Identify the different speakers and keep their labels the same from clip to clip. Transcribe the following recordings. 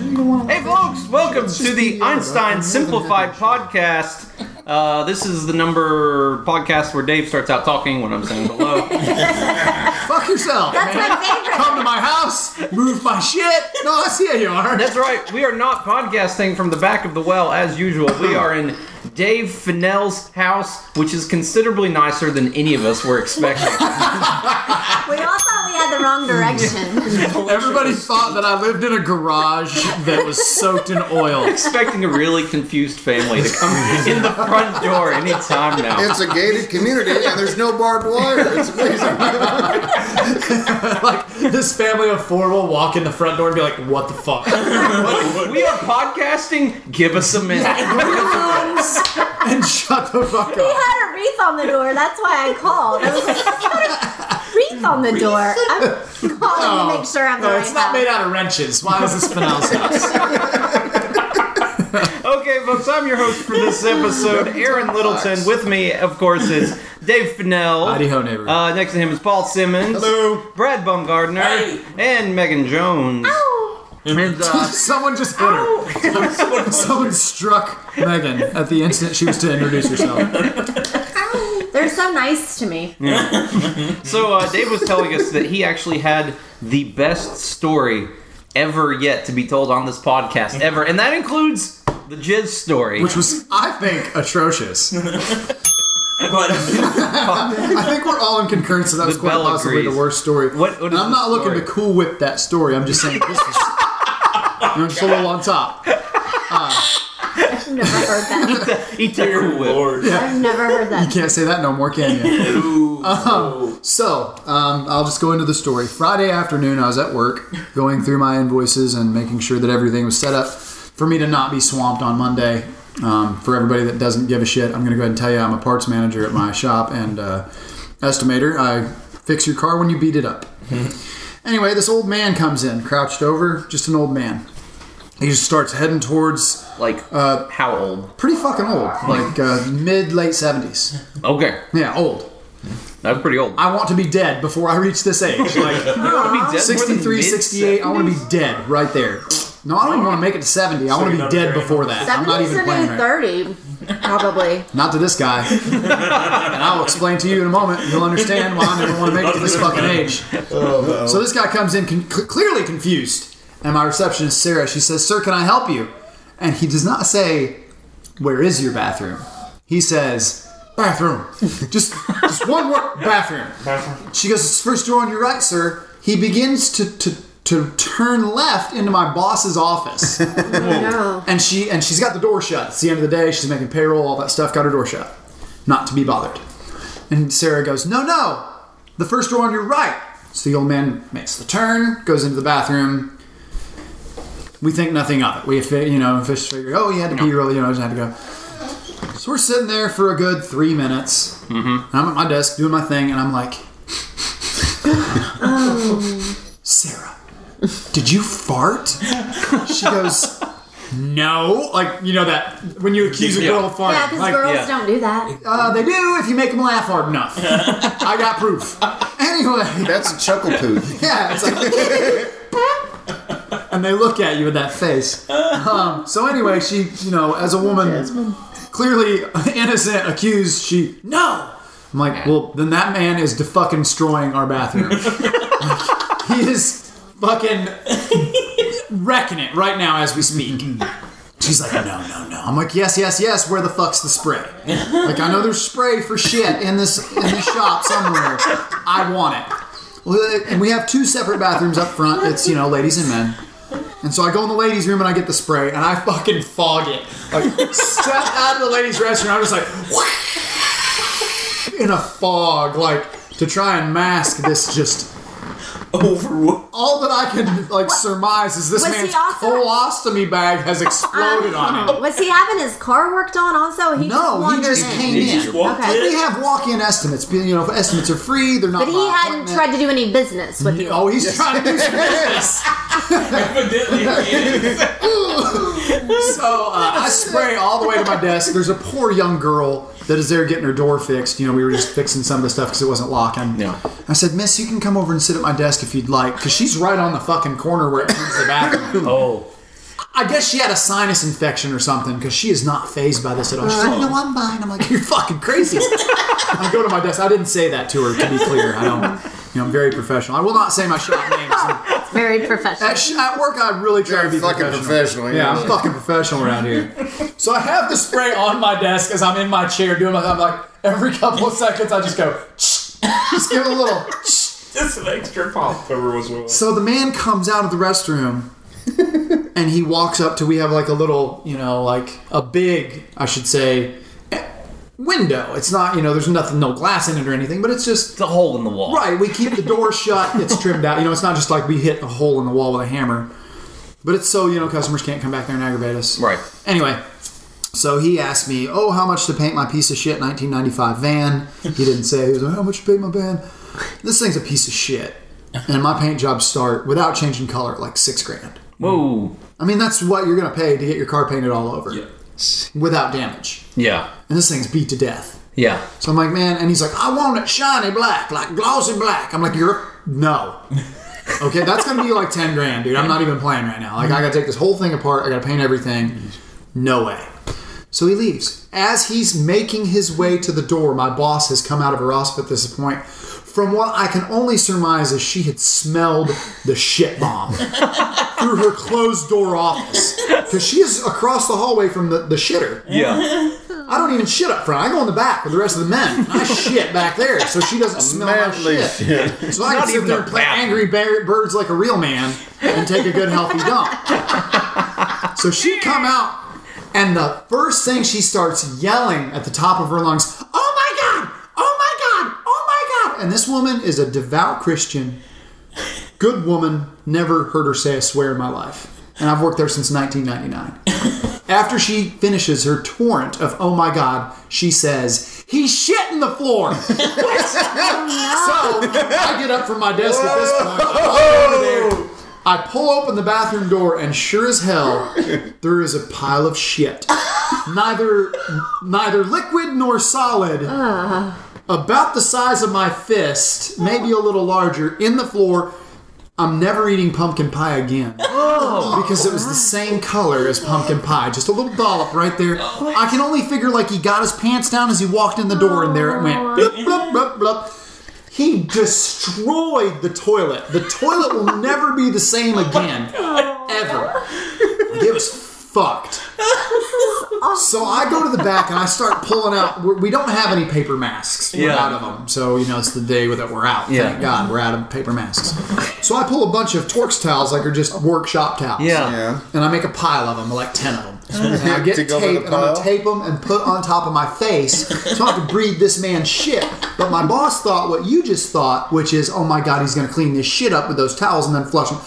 Speaker 1: You don't want to.
Speaker 2: Hey, folks, welcome
Speaker 1: It's
Speaker 2: to
Speaker 1: just
Speaker 2: the
Speaker 1: the, uh,
Speaker 2: Einstein
Speaker 1: another
Speaker 2: Simplified Podcast. Uh, this is the number podcast where Dave starts out talking when I'm saying hello.
Speaker 1: Fuck yourself.
Speaker 3: That's my
Speaker 1: Come to my house. Move my shit. No, I see how you are.
Speaker 2: That's right, we are not podcasting from the back of the well as usual. We are in Dave Fennell's house, which is considerably nicer than any of us were expecting.
Speaker 3: favorite. We all thought we had the wrong direction.
Speaker 1: Everybody thought that I lived in a garage that was soaked in oil.
Speaker 2: expecting a really confused family to come in the front door anytime now.
Speaker 4: It's a gated community and there's no barbed wire. It's amazing.
Speaker 1: Like this family of four will walk in the front door and be like, "What the fuck?"
Speaker 2: we are podcasting. Give us a minute.
Speaker 1: and shut the fuck
Speaker 3: We
Speaker 1: up.
Speaker 3: had a wreath on the door. That's why I called. I was like, "It's got a wreath on the door. I'm calling to make sure I'm the
Speaker 1: Oh, No,
Speaker 3: right
Speaker 1: it's not
Speaker 3: house.
Speaker 1: made out of wrenches. Why is this Fennel's house?
Speaker 2: Okay, folks, I'm your host for this episode, Aaron Littleton. With me, of course, is Dave Fennell.
Speaker 1: Howdy ho, neighbor.
Speaker 2: Uh, next to him is Paul Simmons.
Speaker 4: Hello.
Speaker 2: Brad Baumgardner. And Megan Jones.
Speaker 3: Oh,
Speaker 2: And, uh,
Speaker 1: Someone just hit her. Someone struck Megan at the instant she was to introduce herself.
Speaker 3: They're so nice to me.
Speaker 2: so uh, Dave was telling us that he actually had the best story ever yet to be told on this podcast ever, and that includes the Jizz story.
Speaker 1: Mm-hmm. Which was, I think, atrocious.
Speaker 5: But
Speaker 1: I think we're all in concurrence that that was
Speaker 2: The
Speaker 1: quite
Speaker 2: bell
Speaker 1: possibly
Speaker 2: agrees.
Speaker 1: the worst story.
Speaker 2: What- what
Speaker 1: And
Speaker 2: is
Speaker 1: I'm
Speaker 2: the
Speaker 1: not looking to
Speaker 2: story?
Speaker 1: cool whip that story. I'm just saying this is. You're just a little on top.
Speaker 3: I've never heard that.
Speaker 2: he took a whip.
Speaker 5: Lord,
Speaker 3: I've never heard that.
Speaker 1: Can't say that no more, can you? So, um, I'll just go into the story. Friday afternoon, I was at work going through my invoices and making sure that everything was set up for me to not be swamped on Monday. Um, for everybody that doesn't give a shit, I'm going to go ahead and tell you I'm a parts manager at my shop and uh, estimator. I fix your car when you beat it up. anyway, this old man comes in, crouched over, just an old man. He just starts heading towards
Speaker 2: Like,
Speaker 1: Uh,
Speaker 2: how old?
Speaker 1: pretty fucking old, like uh, mid late 70s.
Speaker 2: Okay,
Speaker 1: Yeah, old.
Speaker 2: that's pretty old.
Speaker 1: I want to be dead before I reach this age. Like,
Speaker 2: You wanna be dead more than
Speaker 1: 63,
Speaker 2: mid-
Speaker 1: 68, I want to be dead right there. No, I don't even want to make it to 70. I want to
Speaker 5: you're
Speaker 1: be
Speaker 5: not
Speaker 1: dead
Speaker 5: very
Speaker 1: before that. I'm not
Speaker 3: 70s
Speaker 1: even
Speaker 3: to
Speaker 1: playing right.
Speaker 3: new 30, probably.
Speaker 1: Not to this guy. and I'll explain to you in a moment. You'll understand why I never want to make it to this fucking age. So this guy comes in con- cl- clearly confused. And my receptionist, Sarah, she says, Sir, can I help you? And he does not say, Where is your bathroom? He says, Bathroom. Just, just one word, bathroom. She goes, it's the first door on your right, sir. He begins to, to, to turn left into my boss's office.
Speaker 3: No.
Speaker 1: and she and she's got the door shut. It's the end of the day. She's making payroll, all that stuff. Got her door shut, not to be bothered. And Sarah goes, "No, no, the first door on your right." So the old man makes the turn, goes into the bathroom. We think nothing of it. We, fi- you know, fish figure, oh, he had to pee really, you know, just had to go. So we're sitting there for a good three minutes. Mm-hmm. I'm at my desk doing my thing, and I'm like, Sarah, did you fart? She goes, No. Like, you know, that when you accuse a
Speaker 2: Yeah.
Speaker 1: girl of farting.
Speaker 3: Yeah, because
Speaker 1: like,
Speaker 3: girls
Speaker 2: yeah.
Speaker 3: don't do that.
Speaker 1: uh, they do if you make them laugh hard enough. I got proof. Anyway,
Speaker 4: That's a chuckle poo.
Speaker 1: yeah, it's like, and they look at you with that face. Um, so anyway, she, you know, as a woman, clearly innocent, accused, she no. I'm like, well, then that man is de- fucking destroying our bathroom. Like, he is fucking wrecking it right now as we speak. She's like, no, no, no. I'm like, yes, yes, yes. Where the fuck's the spray? Like, I know there's spray for shit in this in this shop somewhere. I want it. Well, And we have two separate bathrooms up front. It's you know, ladies and men. And so I go in the ladies' room and I get the spray and I fucking fog it. Like, step out of the ladies' restroom. I'm just like, in a fog, like to try and mask this just
Speaker 5: over
Speaker 1: all that I can like surmise is this
Speaker 3: Was
Speaker 1: man's
Speaker 3: he also-
Speaker 1: colostomy bag has exploded on him.
Speaker 3: Um, Was he having his car worked on also? He just
Speaker 1: No, he
Speaker 3: wandered
Speaker 1: just
Speaker 3: in.
Speaker 1: came
Speaker 5: He just
Speaker 1: in.
Speaker 5: walked
Speaker 3: Okay.
Speaker 1: We
Speaker 5: in.
Speaker 1: have walk-in estimates. You know, estimates are free. They're not.
Speaker 3: But he
Speaker 1: by
Speaker 3: hadn't
Speaker 1: appointment.
Speaker 3: tried to do any business with you.
Speaker 1: Oh, he's trying to do some business.
Speaker 5: Evidently, he is.
Speaker 1: So uh, I spray all the way to my desk. There's a poor young girl that is there getting her door fixed. You know, we were just fixing some of the stuff because it wasn't locking.
Speaker 2: Yeah.
Speaker 1: I said, Miss, you can come over and sit at my desk if you'd like, because she's right on the fucking corner where it turns to the bathroom.
Speaker 2: Oh,
Speaker 1: I guess she had a sinus infection or something because she is not phased by this at all. She's like, Uh, no, I'm fine. I'm like, you're fucking crazy. I go to my desk. I didn't say that to her, to be clear. I don't, you know, I'm very professional. I will not say my shop names.
Speaker 3: Very professional.
Speaker 1: At, sh- at work, I really try to be
Speaker 4: Very fucking professional,
Speaker 1: Yeah,
Speaker 4: yeah.
Speaker 1: I'm fucking professional around here. So I have the spray on my desk as I'm in my chair doing my, I'm like, every couple of seconds, I just go, just give it a little.
Speaker 5: Just an extra pop cover was well.
Speaker 1: So the man comes out of the restroom and he walks up to we have like a little, you know, like a big, I should say, eh, window. It's not, you know, there's nothing no glass in it or anything, but it's just
Speaker 2: It's a hole in the wall.
Speaker 1: right, we keep the door shut, it's trimmed out. You know, it's not just like we hit a hole in the wall with a hammer. But it's so, you know, customers can't come back there and aggravate us.
Speaker 2: Right.
Speaker 1: Anyway, so he asked me, "Oh, how much to paint my piece of shit 1995 van?" He didn't say. He was like, "How much to paint my van?" This thing's a piece of shit, and my paint jobs start without changing color at like six grand.
Speaker 2: Whoa.
Speaker 1: I mean, that's what you're gonna pay to get your car painted all over
Speaker 5: Yeah.
Speaker 1: without damage,
Speaker 2: Yeah.
Speaker 1: and this thing's beat to death.
Speaker 2: Yeah.
Speaker 1: So I'm like, man, and he's like, I want it shiny black, like glossy black. I'm like, you're no. Okay, that's gonna be like ten grand, dude. I'm not even playing right now. Like I gotta take this whole thing apart, I gotta paint everything. No way. So he leaves. As he's making his way to the door, my boss has come out of her office at this point. From what I can only surmise is she had smelled the shit bomb through her closed door office. Because she is across the hallway from the, the shitter.
Speaker 2: Yeah.
Speaker 1: I don't even shit up front. I go in the back with the rest of the men. and I shit back there, so she doesn't smell my
Speaker 4: Manly
Speaker 1: shit.
Speaker 4: shit.
Speaker 1: So I can
Speaker 2: Not
Speaker 1: sit
Speaker 2: even
Speaker 1: there
Speaker 2: a
Speaker 1: and play
Speaker 2: bathroom.
Speaker 1: Angry Bar- Birds like a real man and take a good healthy dump. So she come out, and the first thing she starts yelling at the top of her lungs, "Oh my god! Oh my god! Oh my god!" And this woman is a devout Christian, good woman. Never heard her say a swear in my life, and I've worked there since 1999. After she finishes her torrent of "Oh my God," she says, "He's shitting the floor." so I get up from my desk at this point. I go over there, I pull open the bathroom door, and sure as hell, there is a pile of shit. Neither, neither liquid nor solid. About the size of my fist, maybe a little larger, in the floor. I'm never eating pumpkin pie again because it was the same color as pumpkin pie, just a little dollop right there. I can only figure like he got his pants down as he walked in the door, and there it went. Blup, blup, blup, blup. He destroyed the toilet. The toilet will never be the same again, ever. It was fucked. So I go to the back and I start pulling out. we're- We don't have any paper masks. We're
Speaker 2: Yeah.
Speaker 1: out of them. Um, So, you know, it's the day that we're out.
Speaker 2: Yeah.
Speaker 1: Thank God we're out of paper masks. So I pull a bunch of Torx towels, like are just workshop towels
Speaker 2: Yeah.
Speaker 4: Yeah.
Speaker 1: and I make a pile of them, like ten of them. And I get
Speaker 4: To
Speaker 1: tape,
Speaker 4: go
Speaker 1: and
Speaker 4: with
Speaker 1: I'm
Speaker 4: the
Speaker 1: gonna
Speaker 4: pile?
Speaker 1: tape them and put on top of my face, so I have to breathe this man shit. But my boss thought what you just thought, which is, oh my god, he's gonna clean this shit up with those towels and then flush them.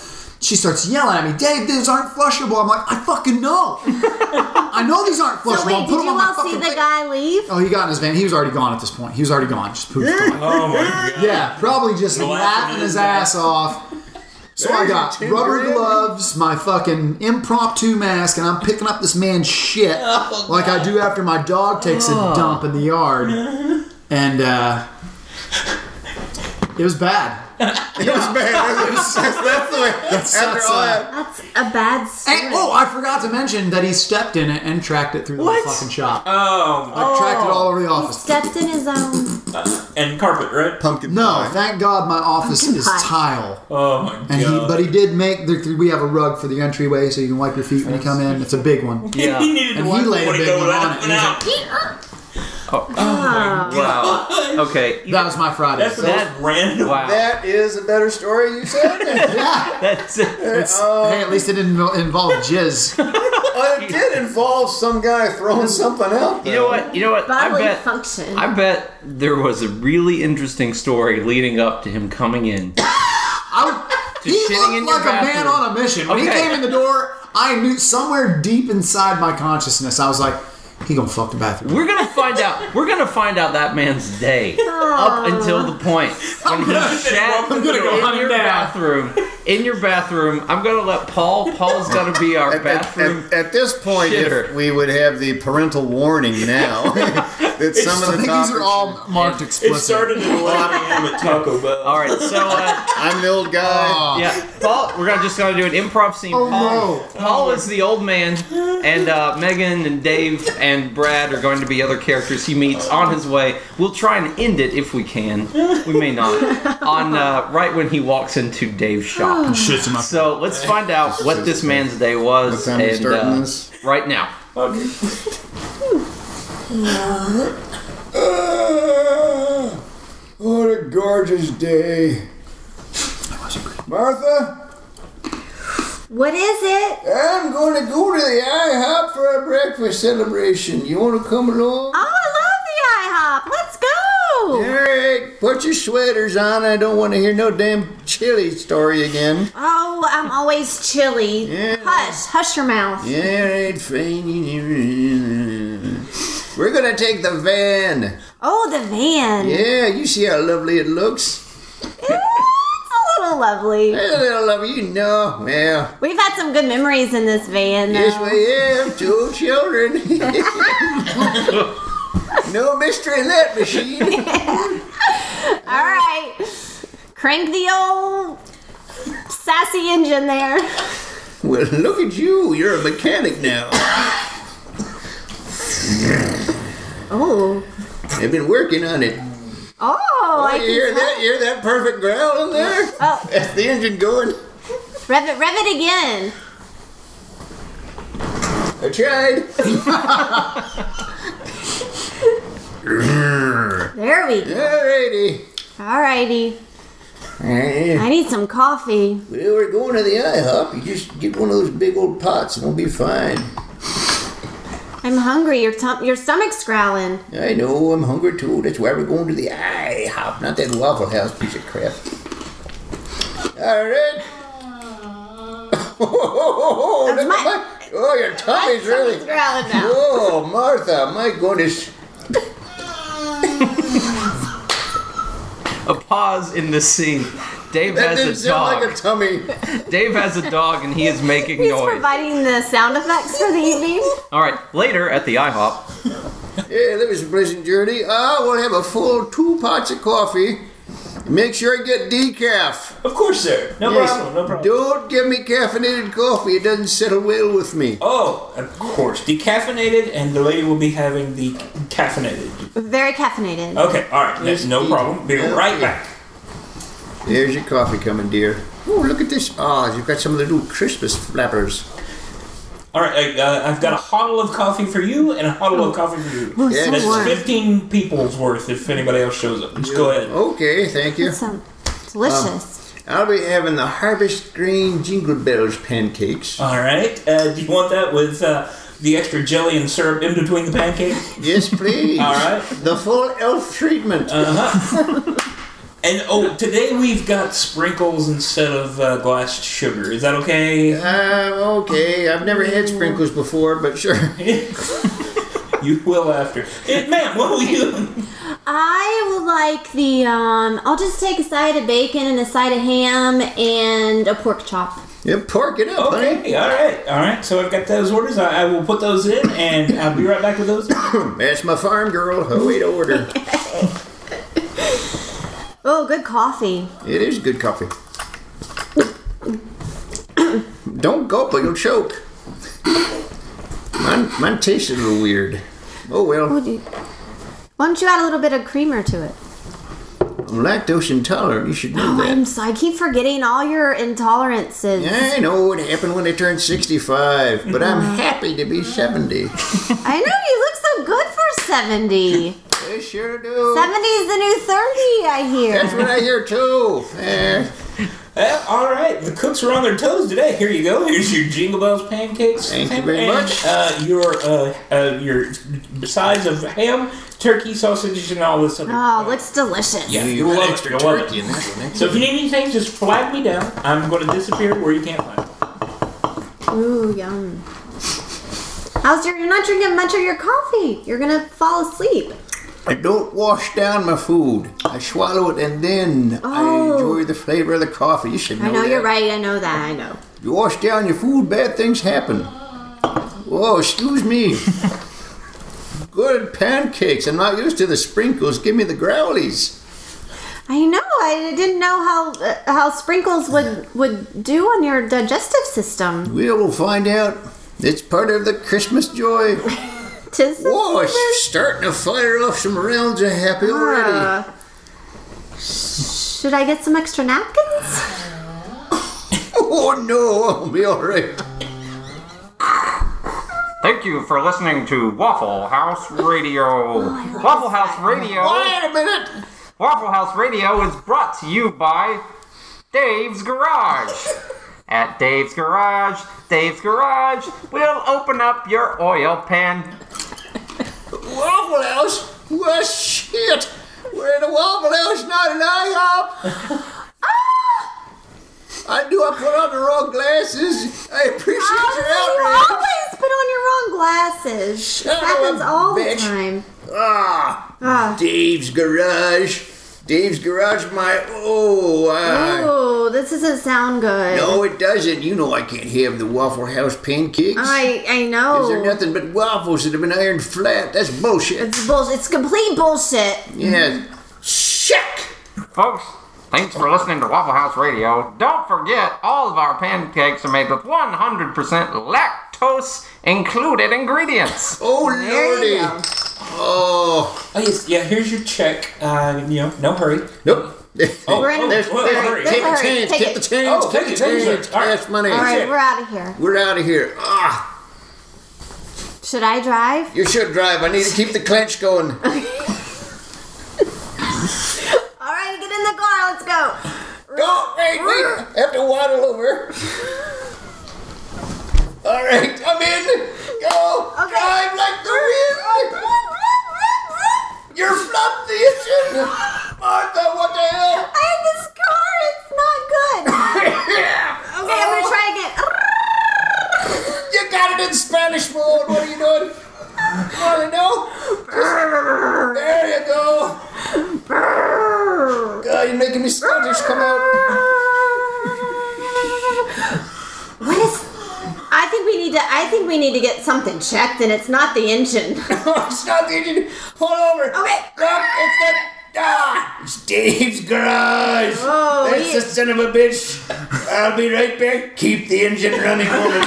Speaker 1: She starts yelling at me, Dave, these aren't flushable. I'm like, I fucking know. I know these aren't flushable.
Speaker 3: So wait,
Speaker 1: I'll put
Speaker 3: did
Speaker 1: them
Speaker 3: you
Speaker 1: on my
Speaker 3: all see
Speaker 1: fucking
Speaker 3: the
Speaker 1: plate.
Speaker 3: guy leave?
Speaker 1: Oh, he got in his van. He was already gone at this point. He was already gone. Just poofed away.
Speaker 5: Oh my god.
Speaker 1: Yeah, probably just
Speaker 5: Laughing
Speaker 1: laughing his
Speaker 5: his
Speaker 1: ass off. So I got
Speaker 4: There's your
Speaker 1: rubber
Speaker 4: Tinder in.
Speaker 1: gloves, my fucking impromptu mask, and I'm picking up this man's shit
Speaker 4: Oh,
Speaker 1: like I do after my dog takes a dump in the yard. And uh, it was bad.
Speaker 4: Man, that's, that's the way. after
Speaker 1: that's,
Speaker 4: all
Speaker 1: uh,
Speaker 4: that,
Speaker 3: That's a bad story.
Speaker 1: And, oh, I forgot to mention that he stepped in it and tracked it through the whole
Speaker 2: What?
Speaker 1: fucking shop.
Speaker 5: Oh, my-
Speaker 1: Like, tracked it all over the
Speaker 4: oh,
Speaker 1: office.
Speaker 3: Stepped in his own.
Speaker 5: and carpet, right?
Speaker 4: pumpkin
Speaker 1: No,
Speaker 4: pie.
Speaker 1: thank God my office
Speaker 3: Pumpkin
Speaker 1: is
Speaker 3: pie.
Speaker 1: tile.
Speaker 5: Oh my
Speaker 1: And he,
Speaker 5: god.
Speaker 1: but he did make. The, we have a rug for the entryway, so you can wipe your feet when you come in. It's a big one.
Speaker 2: Yeah.
Speaker 5: he needed
Speaker 1: And
Speaker 5: to
Speaker 1: he
Speaker 5: wipe
Speaker 1: laid a
Speaker 5: when
Speaker 1: big
Speaker 5: go
Speaker 1: one on
Speaker 5: out.
Speaker 1: it.
Speaker 5: went
Speaker 1: He's
Speaker 5: out.
Speaker 3: Oh,
Speaker 2: Wow. Okay.
Speaker 1: That was my Friday.
Speaker 5: That's the
Speaker 2: That-
Speaker 5: most random.
Speaker 2: wow.
Speaker 4: That is a better story you said.
Speaker 1: yeah.
Speaker 2: That's it.
Speaker 1: It's- hey, at least it didn't invo- involve jizz.
Speaker 4: but it did involve some guy throwing something out there.
Speaker 2: You know what? You know what? I
Speaker 3: bodily
Speaker 2: bet.
Speaker 3: function.
Speaker 2: I bet there was a really interesting story leading up to him coming in.
Speaker 1: I, he
Speaker 2: Just shitting
Speaker 1: looked
Speaker 2: in your
Speaker 1: like a man
Speaker 2: bathroom.
Speaker 1: on a mission. When he
Speaker 2: Okay.
Speaker 1: came in the door, I knew somewhere deep inside my consciousness, I was like, he gonna fuck the bathroom.
Speaker 2: We're gonna find out. We're gonna find out that man's day up until the point when he shat
Speaker 5: I'm gonna go
Speaker 2: in
Speaker 1: hunt him
Speaker 2: your
Speaker 1: down.
Speaker 2: bathroom. In your bathroom, I'm gonna let Paul. Paul's gonna be our
Speaker 4: At, at-
Speaker 2: bathroom.
Speaker 4: at- at this point,
Speaker 2: shitter.
Speaker 4: if we would have the parental warning now. It's some
Speaker 1: I
Speaker 4: of the
Speaker 1: think
Speaker 4: topics.
Speaker 1: these are all marked
Speaker 5: It
Speaker 1: explicit.
Speaker 5: started at 11 a.m. at Taco Bell.
Speaker 2: All right, so uh,
Speaker 4: I'm the old guy.
Speaker 1: Oh.
Speaker 2: yeah, Paul, we're gonna just gonna do an improv scene.
Speaker 1: Oh,
Speaker 2: Paul,
Speaker 1: no.
Speaker 2: Paul is the old man, and uh, Megan and Dave and Brad are going to be other characters he meets on his way. We'll try and end it if we can. We may not. On uh, right when he walks into Dave's shop.
Speaker 1: Shit's in my
Speaker 2: So let's find out what this man's day
Speaker 4: What
Speaker 2: was
Speaker 4: time are you
Speaker 2: and
Speaker 4: starting
Speaker 2: uh,
Speaker 4: this?
Speaker 2: right now.
Speaker 5: Okay.
Speaker 4: Ah, what a gorgeous day. Martha,
Speaker 3: What is it?
Speaker 4: I'm going to go to the IHOP for a breakfast celebration. You want to come along?
Speaker 3: Oh, I love the IHOP. Let's go.
Speaker 4: All right, put your sweaters on. I don't want to hear no damn chili story again.
Speaker 3: Oh, I'm always chilly.
Speaker 4: Yeah.
Speaker 3: Hush, hush your mouth.
Speaker 4: Yeah, all right, fine. We're gonna take the van.
Speaker 3: Oh, the van.
Speaker 4: Yeah, you see how lovely it looks.
Speaker 3: It's a little lovely.
Speaker 4: Hey, little lovely, you know. Well,
Speaker 3: We've had some good memories in this van. Though.
Speaker 4: yes, we have two children. no mystery in that machine.
Speaker 3: All right. Crank the old sassy engine there.
Speaker 4: Well, look at you. You're a mechanic now.
Speaker 3: Oh.
Speaker 4: I've been working on it.
Speaker 3: Oh,
Speaker 4: Oh,
Speaker 3: I
Speaker 4: you hear
Speaker 3: can tell.
Speaker 4: that? You hear that perfect growl in there?
Speaker 3: Oh,
Speaker 4: That's the engine going.
Speaker 3: rev it, rev it again.
Speaker 4: I tried.
Speaker 3: There we go.
Speaker 4: Alrighty.
Speaker 3: All righty. I need some coffee.
Speaker 4: Well, we're going to the IHOP. You just get one of those big old pots and we'll be fine.
Speaker 3: I'm hungry. Your tum- your stomach's growling.
Speaker 4: I know, I'm hungry too. That's why we're going to the IHOP, not that Waffle House piece of crap. Alright. Oh, look at
Speaker 3: my-
Speaker 4: my- oh, your tummy's really.
Speaker 3: Stomach's growling now.
Speaker 4: Oh, Martha, my goodness.
Speaker 2: A pause in this scene. Dave
Speaker 4: That
Speaker 2: has
Speaker 4: didn't
Speaker 2: a
Speaker 4: sound
Speaker 2: dog.
Speaker 4: like a tummy.
Speaker 2: Dave has a dog, and he is making
Speaker 3: He's
Speaker 2: noise.
Speaker 3: providing the sound effects for the evening.
Speaker 2: All right, later at the IHOP.
Speaker 4: Yeah, that was a pleasant journey. Ah, we'll have a full two pots of coffee. Make sure I get decaf.
Speaker 5: Of course, sir. No
Speaker 4: Yes.
Speaker 5: problem. No problem.
Speaker 4: Don't give me caffeinated coffee. It doesn't settle well with me.
Speaker 5: Oh, of course. Decaffeinated, and the lady will be having the caffeinated.
Speaker 3: Very caffeinated.
Speaker 5: Okay, all right. That's no problem. Be right back.
Speaker 4: There's your coffee coming, dear. Oh, look at this. Ah, you've got some of the little Christmas flappers.
Speaker 5: All right, I, uh, I've got a huddle of coffee for you and a huddle of coffee for you.
Speaker 3: Oh, it's
Speaker 4: Yeah,
Speaker 3: so
Speaker 4: this
Speaker 5: That's
Speaker 4: is
Speaker 3: warm.
Speaker 5: 15 people's worth if anybody else shows up. Just go ahead.
Speaker 4: Okay, thank you.
Speaker 3: It's so delicious.
Speaker 4: I'll be having the Harvest Green Jingle Bells pancakes.
Speaker 5: All right. Uh, do you want that with uh, the extra jelly and syrup in between the pancakes?
Speaker 4: Yes, please.
Speaker 5: All right. Uh,
Speaker 4: The full elf treatment.
Speaker 5: Uh-huh. And oh, today we've got sprinkles instead of uh, glass sugar. Is that okay?
Speaker 4: Uh, okay, I've never had sprinkles before, but sure.
Speaker 5: You will after. Eh, ma'am, what will you?
Speaker 3: I would like the um. I'll just take a side of bacon and a side of ham and a pork chop.
Speaker 4: Yeah, pork it up, honey.
Speaker 5: Okay, all right, all right. So I've got those orders. I, I will put those in, and I'll be right back with those.
Speaker 4: That's my farm girl. How way to order.
Speaker 3: Oh, good coffee.
Speaker 4: It is good coffee. Don't gulp or you'll choke. Mine, mine tastes a little weird. Oh well,
Speaker 3: Would you- Why don't you add a little bit of creamer to it?
Speaker 4: I'm lactose intolerant. You should know
Speaker 3: I'm
Speaker 4: that.
Speaker 3: so, I keep forgetting all your intolerances.
Speaker 4: I know what happened when I turned 65, but I'm happy to be 70.
Speaker 3: I know you look so good for 70.
Speaker 4: I sure do.
Speaker 3: 70 is the new 30, I hear.
Speaker 4: That's what I hear too. Eh,
Speaker 5: Eh, all right, the cooks are on their toes today. Here you go. Here's your Jingle Bells pancakes.
Speaker 4: Thank you very
Speaker 5: and,
Speaker 4: much.
Speaker 5: Uh, your uh, uh, your size of ham, turkey, sausages, and all this other.
Speaker 3: Oh, it looks delicious.
Speaker 5: yeah,
Speaker 4: you
Speaker 5: you
Speaker 4: got
Speaker 5: love
Speaker 4: extra
Speaker 5: it. You love
Speaker 4: turkey
Speaker 5: it.
Speaker 4: in that one. eh?
Speaker 5: So if you need anything, just flag me down. I'm going to disappear where you can't find. me.
Speaker 3: Ooh, yum. How's your, you're not drinking much of your coffee. You're gonna fall asleep.
Speaker 4: I don't wash down my food. I swallow it and then I
Speaker 3: Oh.
Speaker 4: enjoy the flavor of the coffee. You should know
Speaker 3: I know you're
Speaker 4: that.
Speaker 3: right. I know that. I know.
Speaker 4: You wash down your food, bad things happen. Whoa, excuse me. Good pancakes. I'm not used to the sprinkles. Give me the growlies.
Speaker 3: I know. I didn't know how uh, how sprinkles would would do on your digestive system.
Speaker 4: We will find out. It's part of the Christmas joy.
Speaker 3: Tis the
Speaker 4: Whoa, it's
Speaker 3: season.
Speaker 4: starting to fire off some rounds of happy already.
Speaker 3: Uh, sh- should I get some extra napkins?
Speaker 4: Oh no, I'll be alright.
Speaker 2: Thank you for listening to Waffle House Radio. Waffle House Radio.
Speaker 4: Wait a minute!
Speaker 2: Waffle House Radio is brought to you by Dave's Garage. At Dave's Garage, Dave's Garage will open up your oil pan.
Speaker 4: Waffle House? Well, shit! We're in a Waffle House, not an IHOP!
Speaker 3: Ah!
Speaker 4: I knew I put on the wrong glasses. I appreciate your
Speaker 3: you
Speaker 4: outrage.
Speaker 3: always put on your wrong glasses.
Speaker 4: Shut
Speaker 3: It happens
Speaker 4: up,
Speaker 3: all the
Speaker 4: bitch.
Speaker 3: time.
Speaker 4: Ah,
Speaker 3: Ah.
Speaker 4: Dave's Garage. Dave's Garage, my. Oh, uh,
Speaker 3: Ooh, this doesn't sound good.
Speaker 4: no, it doesn't. You know I can't have the Waffle House pancakes.
Speaker 3: I I know.
Speaker 4: Is there nothing but waffles that have been ironed flat? That's bullshit.
Speaker 3: It's bullshit. It's complete bullshit.
Speaker 4: Yeah. Shit!
Speaker 2: Folks, thanks for listening to Waffle House Radio. Don't forget, all of our pancakes are made with 100% lactose included ingredients.
Speaker 4: Oh,
Speaker 3: There you go.
Speaker 4: lordy. Oh.
Speaker 5: Oh, yes, yeah, here's your check. Uh, you know, no hurry.
Speaker 4: Nope.
Speaker 5: Oh,
Speaker 3: We're in a-
Speaker 5: oh,
Speaker 4: There's,
Speaker 5: oh,
Speaker 4: there's-
Speaker 5: hurry.
Speaker 4: take the
Speaker 3: Hurry,
Speaker 4: chance,
Speaker 3: take
Speaker 4: take
Speaker 3: it.
Speaker 4: the chance,
Speaker 5: Oh,
Speaker 4: take the
Speaker 5: take it, take
Speaker 4: chance.
Speaker 5: it. All right.
Speaker 4: Cash money.
Speaker 3: All right,
Speaker 5: it.
Speaker 3: we're out of here.
Speaker 4: We're out of here. Ah,
Speaker 3: Should I drive?
Speaker 4: you should drive. I need to keep the clench going.
Speaker 3: All right, get in the car. Let's go.
Speaker 4: Go, wait, wait. I have to waddle over. All right, I'm in. Go.
Speaker 3: Okay.
Speaker 4: Drive like the wind. You're flooding the engine. Martha, what the hell?
Speaker 3: I have this car. It's not good. Okay, I'm gonna try again.
Speaker 4: You got it in Spanish mode. What are you doing? Wanna know? There you go. God, you're making me Scottish come out.
Speaker 3: What is? I think we need to. I think we need to get something checked, and it's not the engine.
Speaker 4: it's not the engine. Pull over.
Speaker 3: Okay.
Speaker 4: Look, it's the. Ah, it's Dave's garage.
Speaker 3: Oh,
Speaker 4: That's
Speaker 3: yeah.
Speaker 4: the son of a bitch. I'll be right back. Keep the engine running, woman.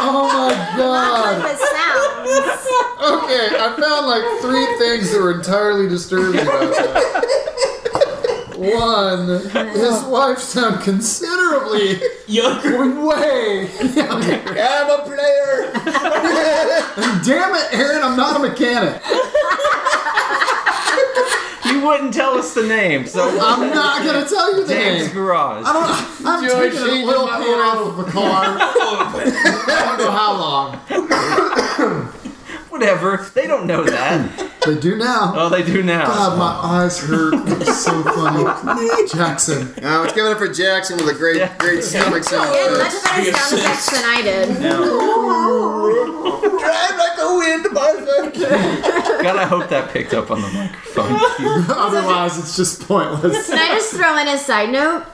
Speaker 1: Oh my god.
Speaker 3: But sounds.
Speaker 1: Okay, I found like three things that were entirely disturbing about that. One, his wife sounded considerably
Speaker 5: Younger.
Speaker 1: way.
Speaker 4: I'm a player.
Speaker 1: Damn it, Aaron, I'm not a mechanic.
Speaker 2: You wouldn't tell us the name, so
Speaker 1: I'm not gonna tell you the
Speaker 2: Dave's
Speaker 1: name.
Speaker 2: Garage.
Speaker 1: I'm, I'm
Speaker 4: George,
Speaker 1: taking an
Speaker 4: she's
Speaker 1: oil
Speaker 4: in my
Speaker 1: pan off of a car. I don't know how long.
Speaker 2: Whatever. They don't know that.
Speaker 1: They do now.
Speaker 2: Oh, they do now.
Speaker 1: God, my eyes hurt. It's so funny. Jackson.
Speaker 4: Uh, let's give it up for Jackson with a great, great stomach sound.
Speaker 3: Did much better sound checks than I did.
Speaker 4: Drive like a wind, Martha.
Speaker 2: God, I hope that picked up on the microphone.
Speaker 1: Otherwise, it's just pointless.
Speaker 3: Can I just throw in a side note?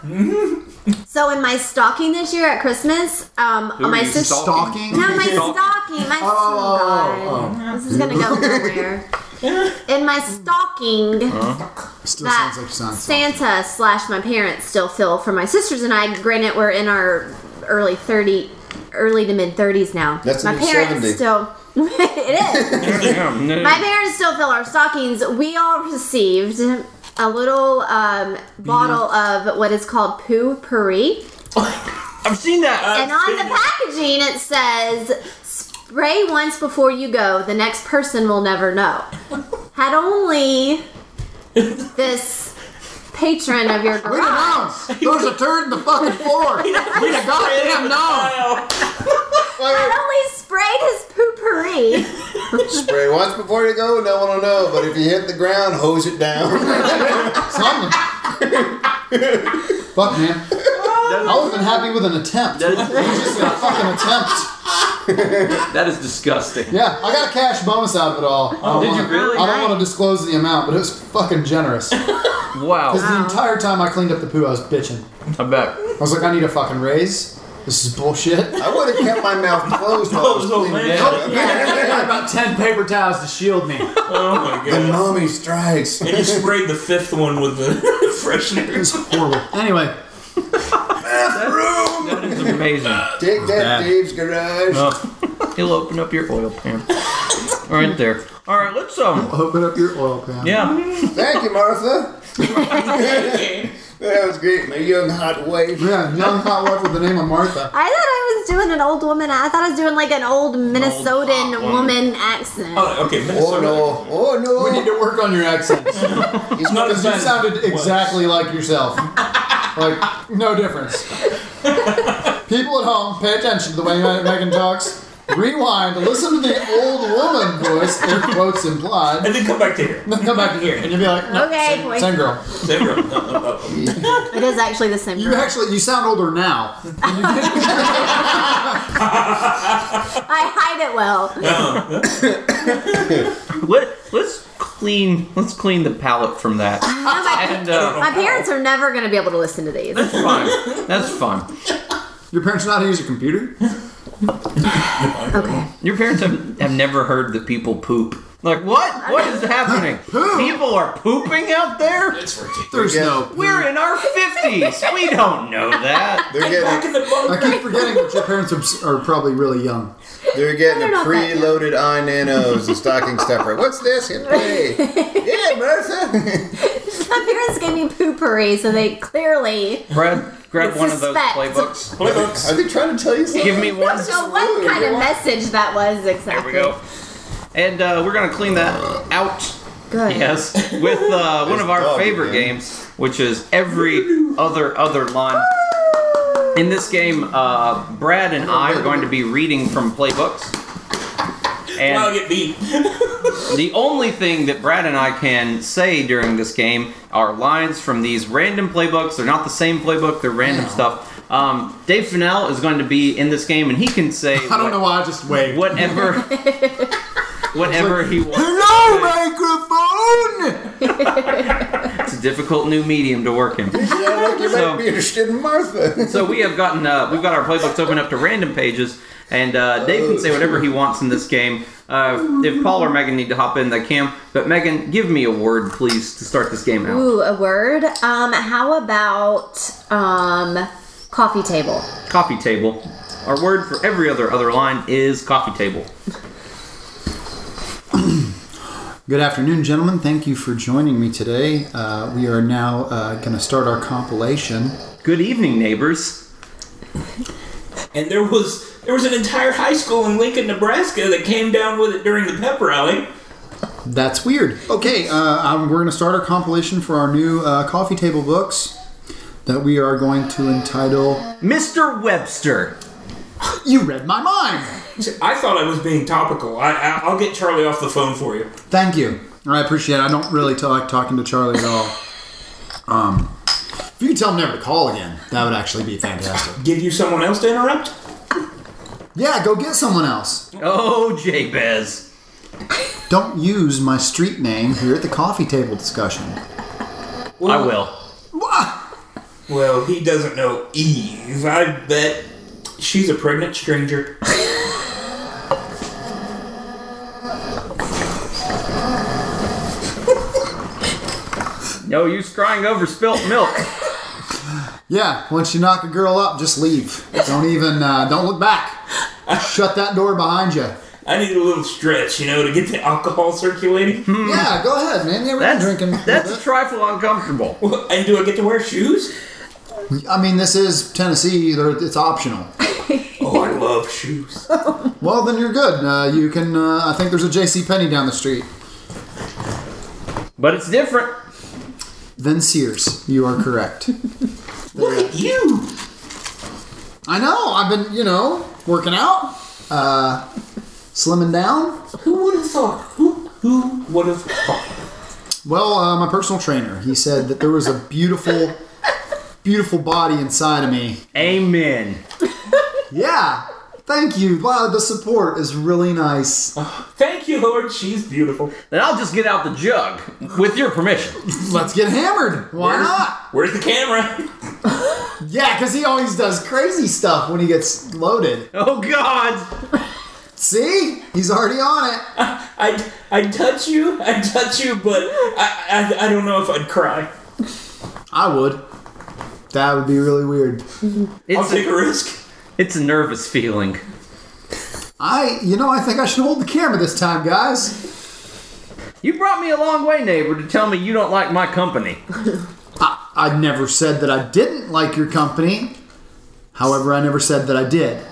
Speaker 3: So in my stocking this year at Christmas, um,
Speaker 2: Who
Speaker 3: my
Speaker 2: are you
Speaker 3: sister.
Speaker 2: stalking?
Speaker 1: Stalking?
Speaker 3: Not my
Speaker 2: Stalking.
Speaker 3: stocking. My oh,
Speaker 1: oh,
Speaker 3: This is gonna go nowhere. In my stocking,
Speaker 1: Still sounds
Speaker 3: that
Speaker 1: like science.
Speaker 3: Santa slash my parents still fill for my sisters and I. Granted, we're in our early thirty, early to mid thirties now.
Speaker 4: That's a
Speaker 3: my
Speaker 4: new
Speaker 3: parents
Speaker 4: 70.
Speaker 3: still. it is.
Speaker 2: Yeah, no.
Speaker 3: My parents still fill our stockings. We all received a little um, bottle of what is called poo pourri.
Speaker 2: I've seen that.
Speaker 3: And on the packaging, it says, spray once before you go. The next person will never know. Had only this patron of your
Speaker 1: Wait a
Speaker 3: garage.
Speaker 1: mouse! There's a turd in the fucking floor! Wait a goddamn no!
Speaker 3: Had only sprayed his poopery.
Speaker 4: Spray once before you go, no one will know. But if you hit the ground, hose it down.
Speaker 1: Something. Fuck, man. I would have been happy with an attempt.
Speaker 2: That is,
Speaker 1: Just a fucking attempt.
Speaker 2: that is disgusting. Oh,
Speaker 1: Yeah, I got a cash bonus out of it all. I don't
Speaker 2: Did you
Speaker 1: wanna-
Speaker 2: really?
Speaker 1: I don't want to disclose the amount, but it was fucking generous. Because
Speaker 2: Wow.
Speaker 1: the entire time I cleaned up the poo, I was bitching.
Speaker 2: I bet.
Speaker 1: I was like, I need a fucking raise. This is bullshit.
Speaker 4: I would have kept my mouth closed while I was
Speaker 5: Oh,
Speaker 4: cleaning
Speaker 5: man.
Speaker 4: up.
Speaker 1: I got about ten paper towels to shield me.
Speaker 5: Oh my
Speaker 4: The
Speaker 5: god.
Speaker 4: mommy strikes.
Speaker 5: And you sprayed the fifth one with the freshener.
Speaker 1: It's horrible. Anyway,
Speaker 4: Bathroom!
Speaker 2: That is amazing.
Speaker 4: Take
Speaker 1: Bad.
Speaker 4: that, Dave's garage.
Speaker 2: He'll open up your oil pan. Right there. All right, let's um.
Speaker 1: open up your oil pan.
Speaker 2: Yeah.
Speaker 4: Thank you, Martha. That was great. My young hot wife.
Speaker 1: Yeah, young hot wife with the name of Martha.
Speaker 3: I thought I was doing an old woman. I thought I was doing like an old Minnesotan
Speaker 2: hot woman.
Speaker 3: woman. accent.
Speaker 5: Oh, okay.
Speaker 4: Oh
Speaker 5: Minnesota.
Speaker 4: no! Oh no!
Speaker 1: We need to work on your accents.
Speaker 4: He's
Speaker 5: not
Speaker 4: gonna
Speaker 1: Because you
Speaker 5: That
Speaker 1: sounded
Speaker 5: was-
Speaker 1: exactly like yourself. Like, no difference. People at home, pay attention to the way Me- Megan talks. Rewind, listen to the old woman voice, air quotes implied,
Speaker 5: And then come back to here.
Speaker 1: and then come back to here, and you'll be like, no,
Speaker 3: Okay,
Speaker 1: same,
Speaker 3: boy.
Speaker 1: same girl.
Speaker 5: Same room. No, no, no.
Speaker 3: It is actually the same.
Speaker 1: You
Speaker 3: girl.
Speaker 1: actually, you sound older now.
Speaker 3: I hide it well.
Speaker 2: Let Let's clean. Let's clean the palate from that. And uh,
Speaker 3: My parents are never going to be able to listen to these.
Speaker 2: that's uh, fine. That's fine.
Speaker 1: Your parents know how to use a computer?
Speaker 3: Okay.
Speaker 2: Your parents have, have never heard that people poop. Like what? What is happening? People are pooping out there.
Speaker 5: It's ridiculous.
Speaker 1: There's no.
Speaker 2: We're in our fifties. We don't know that.
Speaker 4: They're
Speaker 5: Back
Speaker 4: getting
Speaker 5: in the
Speaker 1: I
Speaker 5: bunker.
Speaker 1: keep forgetting that your parents are, are probably really young.
Speaker 4: they're getting
Speaker 3: They're
Speaker 4: a
Speaker 3: not that young.
Speaker 4: preloaded i nanos and stocking stuffer. What's this? Hey, yeah, Martha.
Speaker 3: My parents gave me poopery, so they clearly.
Speaker 2: Brad, grab one of those
Speaker 3: Suspect.
Speaker 2: playbooks.
Speaker 5: Playbooks.
Speaker 4: Are they trying to tell you something?
Speaker 2: Give me one.
Speaker 3: So what kind of message that was exactly?
Speaker 2: There we go. And uh, we're gonna clean that out.
Speaker 3: Good.
Speaker 2: Yes, with uh, one of our
Speaker 4: dog
Speaker 2: favorite
Speaker 4: again.
Speaker 2: games, which is every other other line. In this game, uh, Brad and I are going to be reading from playbooks,
Speaker 5: I'll
Speaker 2: and
Speaker 5: get beat.
Speaker 2: the only thing that Brad and I can say during this game are lines from these random playbooks. They're not the same playbook; they're random stuff. Um, Dave Fennell is going to be in this game, and he can say
Speaker 1: I don't know why I just waved.
Speaker 2: whatever, whatever he wants.
Speaker 1: Hello, microphone!
Speaker 2: It's a difficult new medium to work in.
Speaker 4: Sound like you
Speaker 2: So-
Speaker 4: might be interested in Martha.
Speaker 2: So we have gotten uh, we've got our playbooks open up to random pages, and uh, Dave can say whatever he wants in this game. Uh, if Paul or Megan need to hop in, they can. But Megan, give me a word, please, to start this game out.
Speaker 3: Ooh, a word. Um, how about um, coffee table?
Speaker 2: Coffee table. Our word for every other other line is coffee table.
Speaker 1: Good afternoon, gentlemen. Thank you for joining me today. Uh, we are now uh, going to start our compilation.
Speaker 2: Good evening, neighbors.
Speaker 5: And there was there was an entire high school in Lincoln, Nebraska that came down with it during the pep rally.
Speaker 1: That's weird. Okay, uh, um, we're going to start our compilation for our new uh, coffee table books that we are going to entitle
Speaker 2: Mr. Webster.
Speaker 1: You Read My Mind.
Speaker 5: I thought I was being topical. I, I I'll get Charlie off the phone for you.
Speaker 1: Thank you. I appreciate it. I don't really t- like talking to Charlie at all. Um, if you could tell him never to call again, that would actually be fantastic.
Speaker 5: Give you someone else to interrupt?
Speaker 1: Yeah, go get someone else.
Speaker 2: Oh, Jabez.
Speaker 1: Don't use my street name here at the coffee table discussion.
Speaker 2: I will.
Speaker 5: Well, he doesn't know Eve. I bet she's a pregnant stranger.
Speaker 2: No use crying over spilt milk.
Speaker 1: Yeah, once you knock a girl up, just leave. Don't even, uh, don't look back. Shut that door behind you.
Speaker 5: I need a little stretch, you know, to get the alcohol circulating.
Speaker 1: Yeah, go ahead, man. Yeah, we're
Speaker 2: That's
Speaker 1: drinking.
Speaker 2: that's a trifle uncomfortable.
Speaker 5: Well, and do I get to wear shoes?
Speaker 1: I mean, this is Tennessee. there- It's optional.
Speaker 5: Oh, I love shoes.
Speaker 1: Well, then you're good. Uh, you can. Uh, I think there's a J.C. Penney down the street.
Speaker 2: But it's different.
Speaker 1: Then Sears. You are correct.
Speaker 5: Look at you.
Speaker 1: I know. I've been, you know, working out, uh, slimming down.
Speaker 5: Who would have thought? Who who would have thought?
Speaker 1: Well, uh, my personal trainer. He said that there was a beautiful, beautiful body inside of me
Speaker 2: Amen.
Speaker 1: Yeah. Thank you. Wow, the support is really nice.
Speaker 5: Thank you, Lord. She's beautiful.
Speaker 2: Then I'll just get out the jug with your permission.
Speaker 1: Let's get hammered. Why
Speaker 5: Where's-
Speaker 1: not?
Speaker 5: Where's the camera?
Speaker 1: Yeah, because he always does crazy stuff when he gets loaded.
Speaker 6: Oh God!
Speaker 1: See? He's already on it.
Speaker 5: I I touch you, I touch you, but I, I I don't know if I'd cry.
Speaker 1: I would. That would be really weird.
Speaker 5: I'll
Speaker 6: It's
Speaker 5: take
Speaker 6: a,
Speaker 5: a risk.
Speaker 6: it's a nervous feeling.
Speaker 1: I, you know, I think I should hold the camera this time, guys.
Speaker 6: You brought me a long way, neighbor, to tell me you don't like my company.
Speaker 1: I, I never said that I didn't like your company. However, I never said that I did.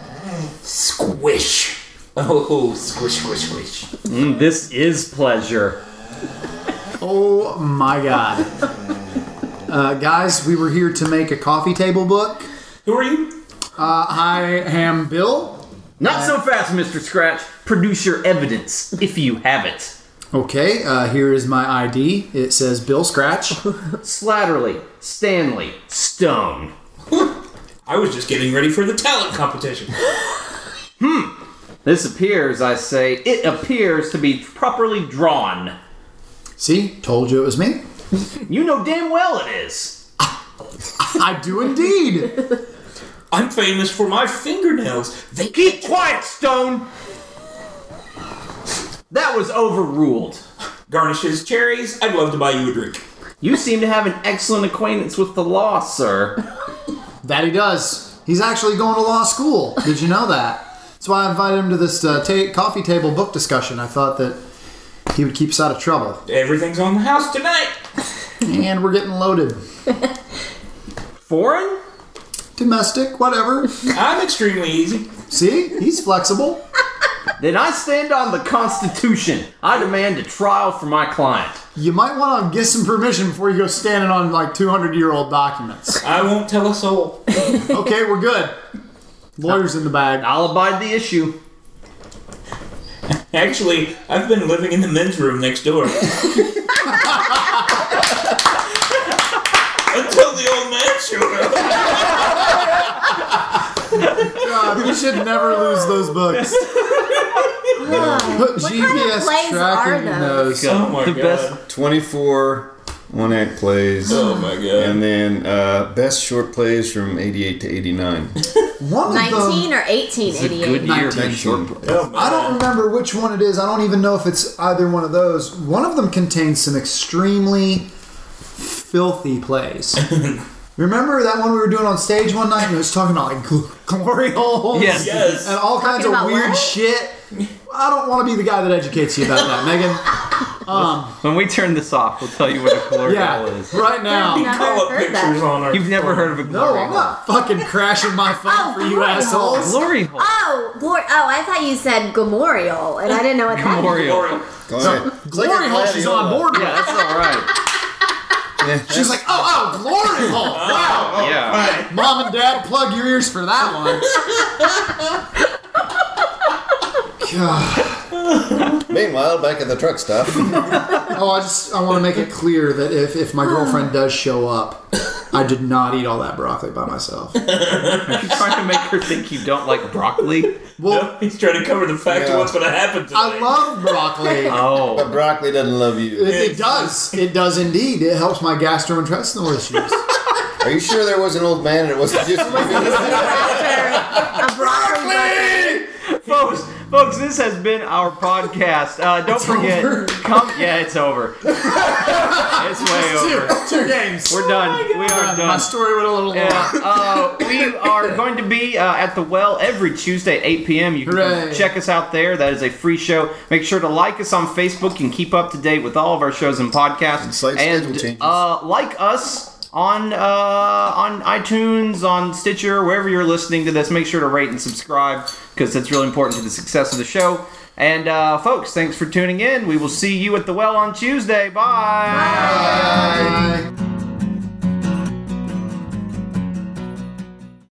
Speaker 5: Squish. Oh, squish, squish, squish.
Speaker 6: Mm, this is pleasure.
Speaker 1: Oh my god. Uh, guys, we were here to make a coffee table book.
Speaker 5: Who are you?
Speaker 1: Uh, I am Bill.
Speaker 6: Not so fast, Mr. Scratch. Produce your evidence if you have it.
Speaker 1: Okay, uh, here is my ID. It says Bill Scratch.
Speaker 6: Slatterly, Stanley, Stone.
Speaker 5: I was just getting ready for the talent competition.
Speaker 6: This appears, I say, it appears to be properly drawn.
Speaker 1: See, told you it was me.
Speaker 6: You know damn well it is.
Speaker 1: I do indeed.
Speaker 5: I'm famous for my fingernails. They
Speaker 6: Keep quiet, Stone! That was overruled.
Speaker 5: garnishes cherries. I'd love to buy you a drink.
Speaker 6: You seem to have an excellent acquaintance with the law, sir.
Speaker 1: That he does. He's actually going to law school. Did you know that? That's why I invited him to this uh, ta- coffee table book discussion. I thought that he would keep us out of trouble.
Speaker 5: Everything's on the house tonight.
Speaker 1: And we're getting loaded.
Speaker 6: Foreign?
Speaker 1: Domestic, whatever.
Speaker 5: I'm extremely easy.
Speaker 1: See, he's flexible.
Speaker 6: Then I stand on the Constitution. I demand a trial for my client.
Speaker 1: You might want to get some permission before you go standing on like 200 year old documents.
Speaker 5: I won't tell a soul.
Speaker 1: Okay, we're good. Lawyers in the bag.
Speaker 6: I'll abide the issue.
Speaker 5: Actually, I've been living in the men's room next door. Until the old man showed up.
Speaker 1: God, we should never lose those books. Put GPS
Speaker 3: plays are
Speaker 1: tracking in
Speaker 3: those?
Speaker 1: those.
Speaker 5: Oh my
Speaker 6: the
Speaker 5: god.
Speaker 6: best
Speaker 4: 24 one act plays.
Speaker 5: Oh my god.
Speaker 4: And then uh, best short plays from 88 to 89.
Speaker 1: One of them.
Speaker 3: 19 or 18,
Speaker 6: It's a good
Speaker 3: 88.
Speaker 6: year for
Speaker 4: 19.
Speaker 6: short.
Speaker 5: Oh my
Speaker 1: I don't remember which one it is. I don't even know if it's either one of those. One of them contains some extremely filthy plays. remember that one we were doing on stage one night and it was talking about like gl- glory holes
Speaker 6: Yes.
Speaker 5: Yes.
Speaker 1: and all kinds of
Speaker 3: about
Speaker 1: weird
Speaker 3: what?
Speaker 1: shit. I don't want to be the guy that educates you about that, Megan.
Speaker 6: When we turn this off, we'll tell you what a glory
Speaker 1: Yeah,
Speaker 6: hole is.
Speaker 1: right
Speaker 3: I've
Speaker 1: now.
Speaker 3: never
Speaker 5: Call up
Speaker 3: heard
Speaker 5: pictures
Speaker 3: that.
Speaker 5: on our.
Speaker 6: You've never
Speaker 5: phone.
Speaker 6: heard of a
Speaker 1: No,
Speaker 6: glory
Speaker 1: I'm
Speaker 6: hole.
Speaker 1: not fucking crashing my phone
Speaker 3: Oh,
Speaker 1: for you
Speaker 3: glory
Speaker 1: assholes.
Speaker 6: Glory hole.
Speaker 3: Oh, glor- oh, I thought you said Gamorial, and I didn't know what that meant.
Speaker 6: Glory hole.
Speaker 5: Or-
Speaker 4: Go ahead.
Speaker 1: Glory hole, she's on board with.
Speaker 6: Yeah, that's all right.
Speaker 4: Yeah,
Speaker 1: She's like, oh, oh, glory hole. Wow.
Speaker 6: Yeah.
Speaker 1: Mom and Dad, plug your ears for that one. God.
Speaker 4: Meanwhile, back at the truck stop.
Speaker 1: Oh, I just I want to make it clear that if, if my girlfriend does show up, I did not eat all that broccoli by myself.
Speaker 6: You're trying to make her think you don't like broccoli.
Speaker 1: Well,
Speaker 5: He's trying to cover the fact
Speaker 4: Yeah.
Speaker 5: of what's going to happen to
Speaker 1: I love broccoli. It,
Speaker 4: But
Speaker 6: Oh.
Speaker 4: broccoli doesn't love you.
Speaker 1: it does. It does indeed. It helps my gastrointestinal issues.
Speaker 4: Are you sure there was an old man and it wasn't just me?
Speaker 3: A broccoli bucket.
Speaker 6: Folks, folks, this has been our podcast. Uh, don't forget,
Speaker 1: over.
Speaker 6: come. Yeah, it's over. it's Oh way
Speaker 1: two,
Speaker 6: over.
Speaker 1: two games.
Speaker 6: We're done. we are
Speaker 1: My
Speaker 6: done.
Speaker 1: story went a little long.
Speaker 6: Yeah, uh, we are going to be uh, at the well every Tuesday at 8 p.m. You can come
Speaker 1: Hooray.
Speaker 6: check us out there. That is a free show. Make sure to like us on Facebook and keep up to date with all of our shows and podcasts. And,
Speaker 4: slight schedule changes.
Speaker 6: Uh, like us on uh, on iTunes, on Stitcher, wherever you're listening to this. Make sure to rate and subscribe because that's really important to the success of the show. And uh, folks, thanks for tuning in. We will see you at the well on Tuesday. Bye.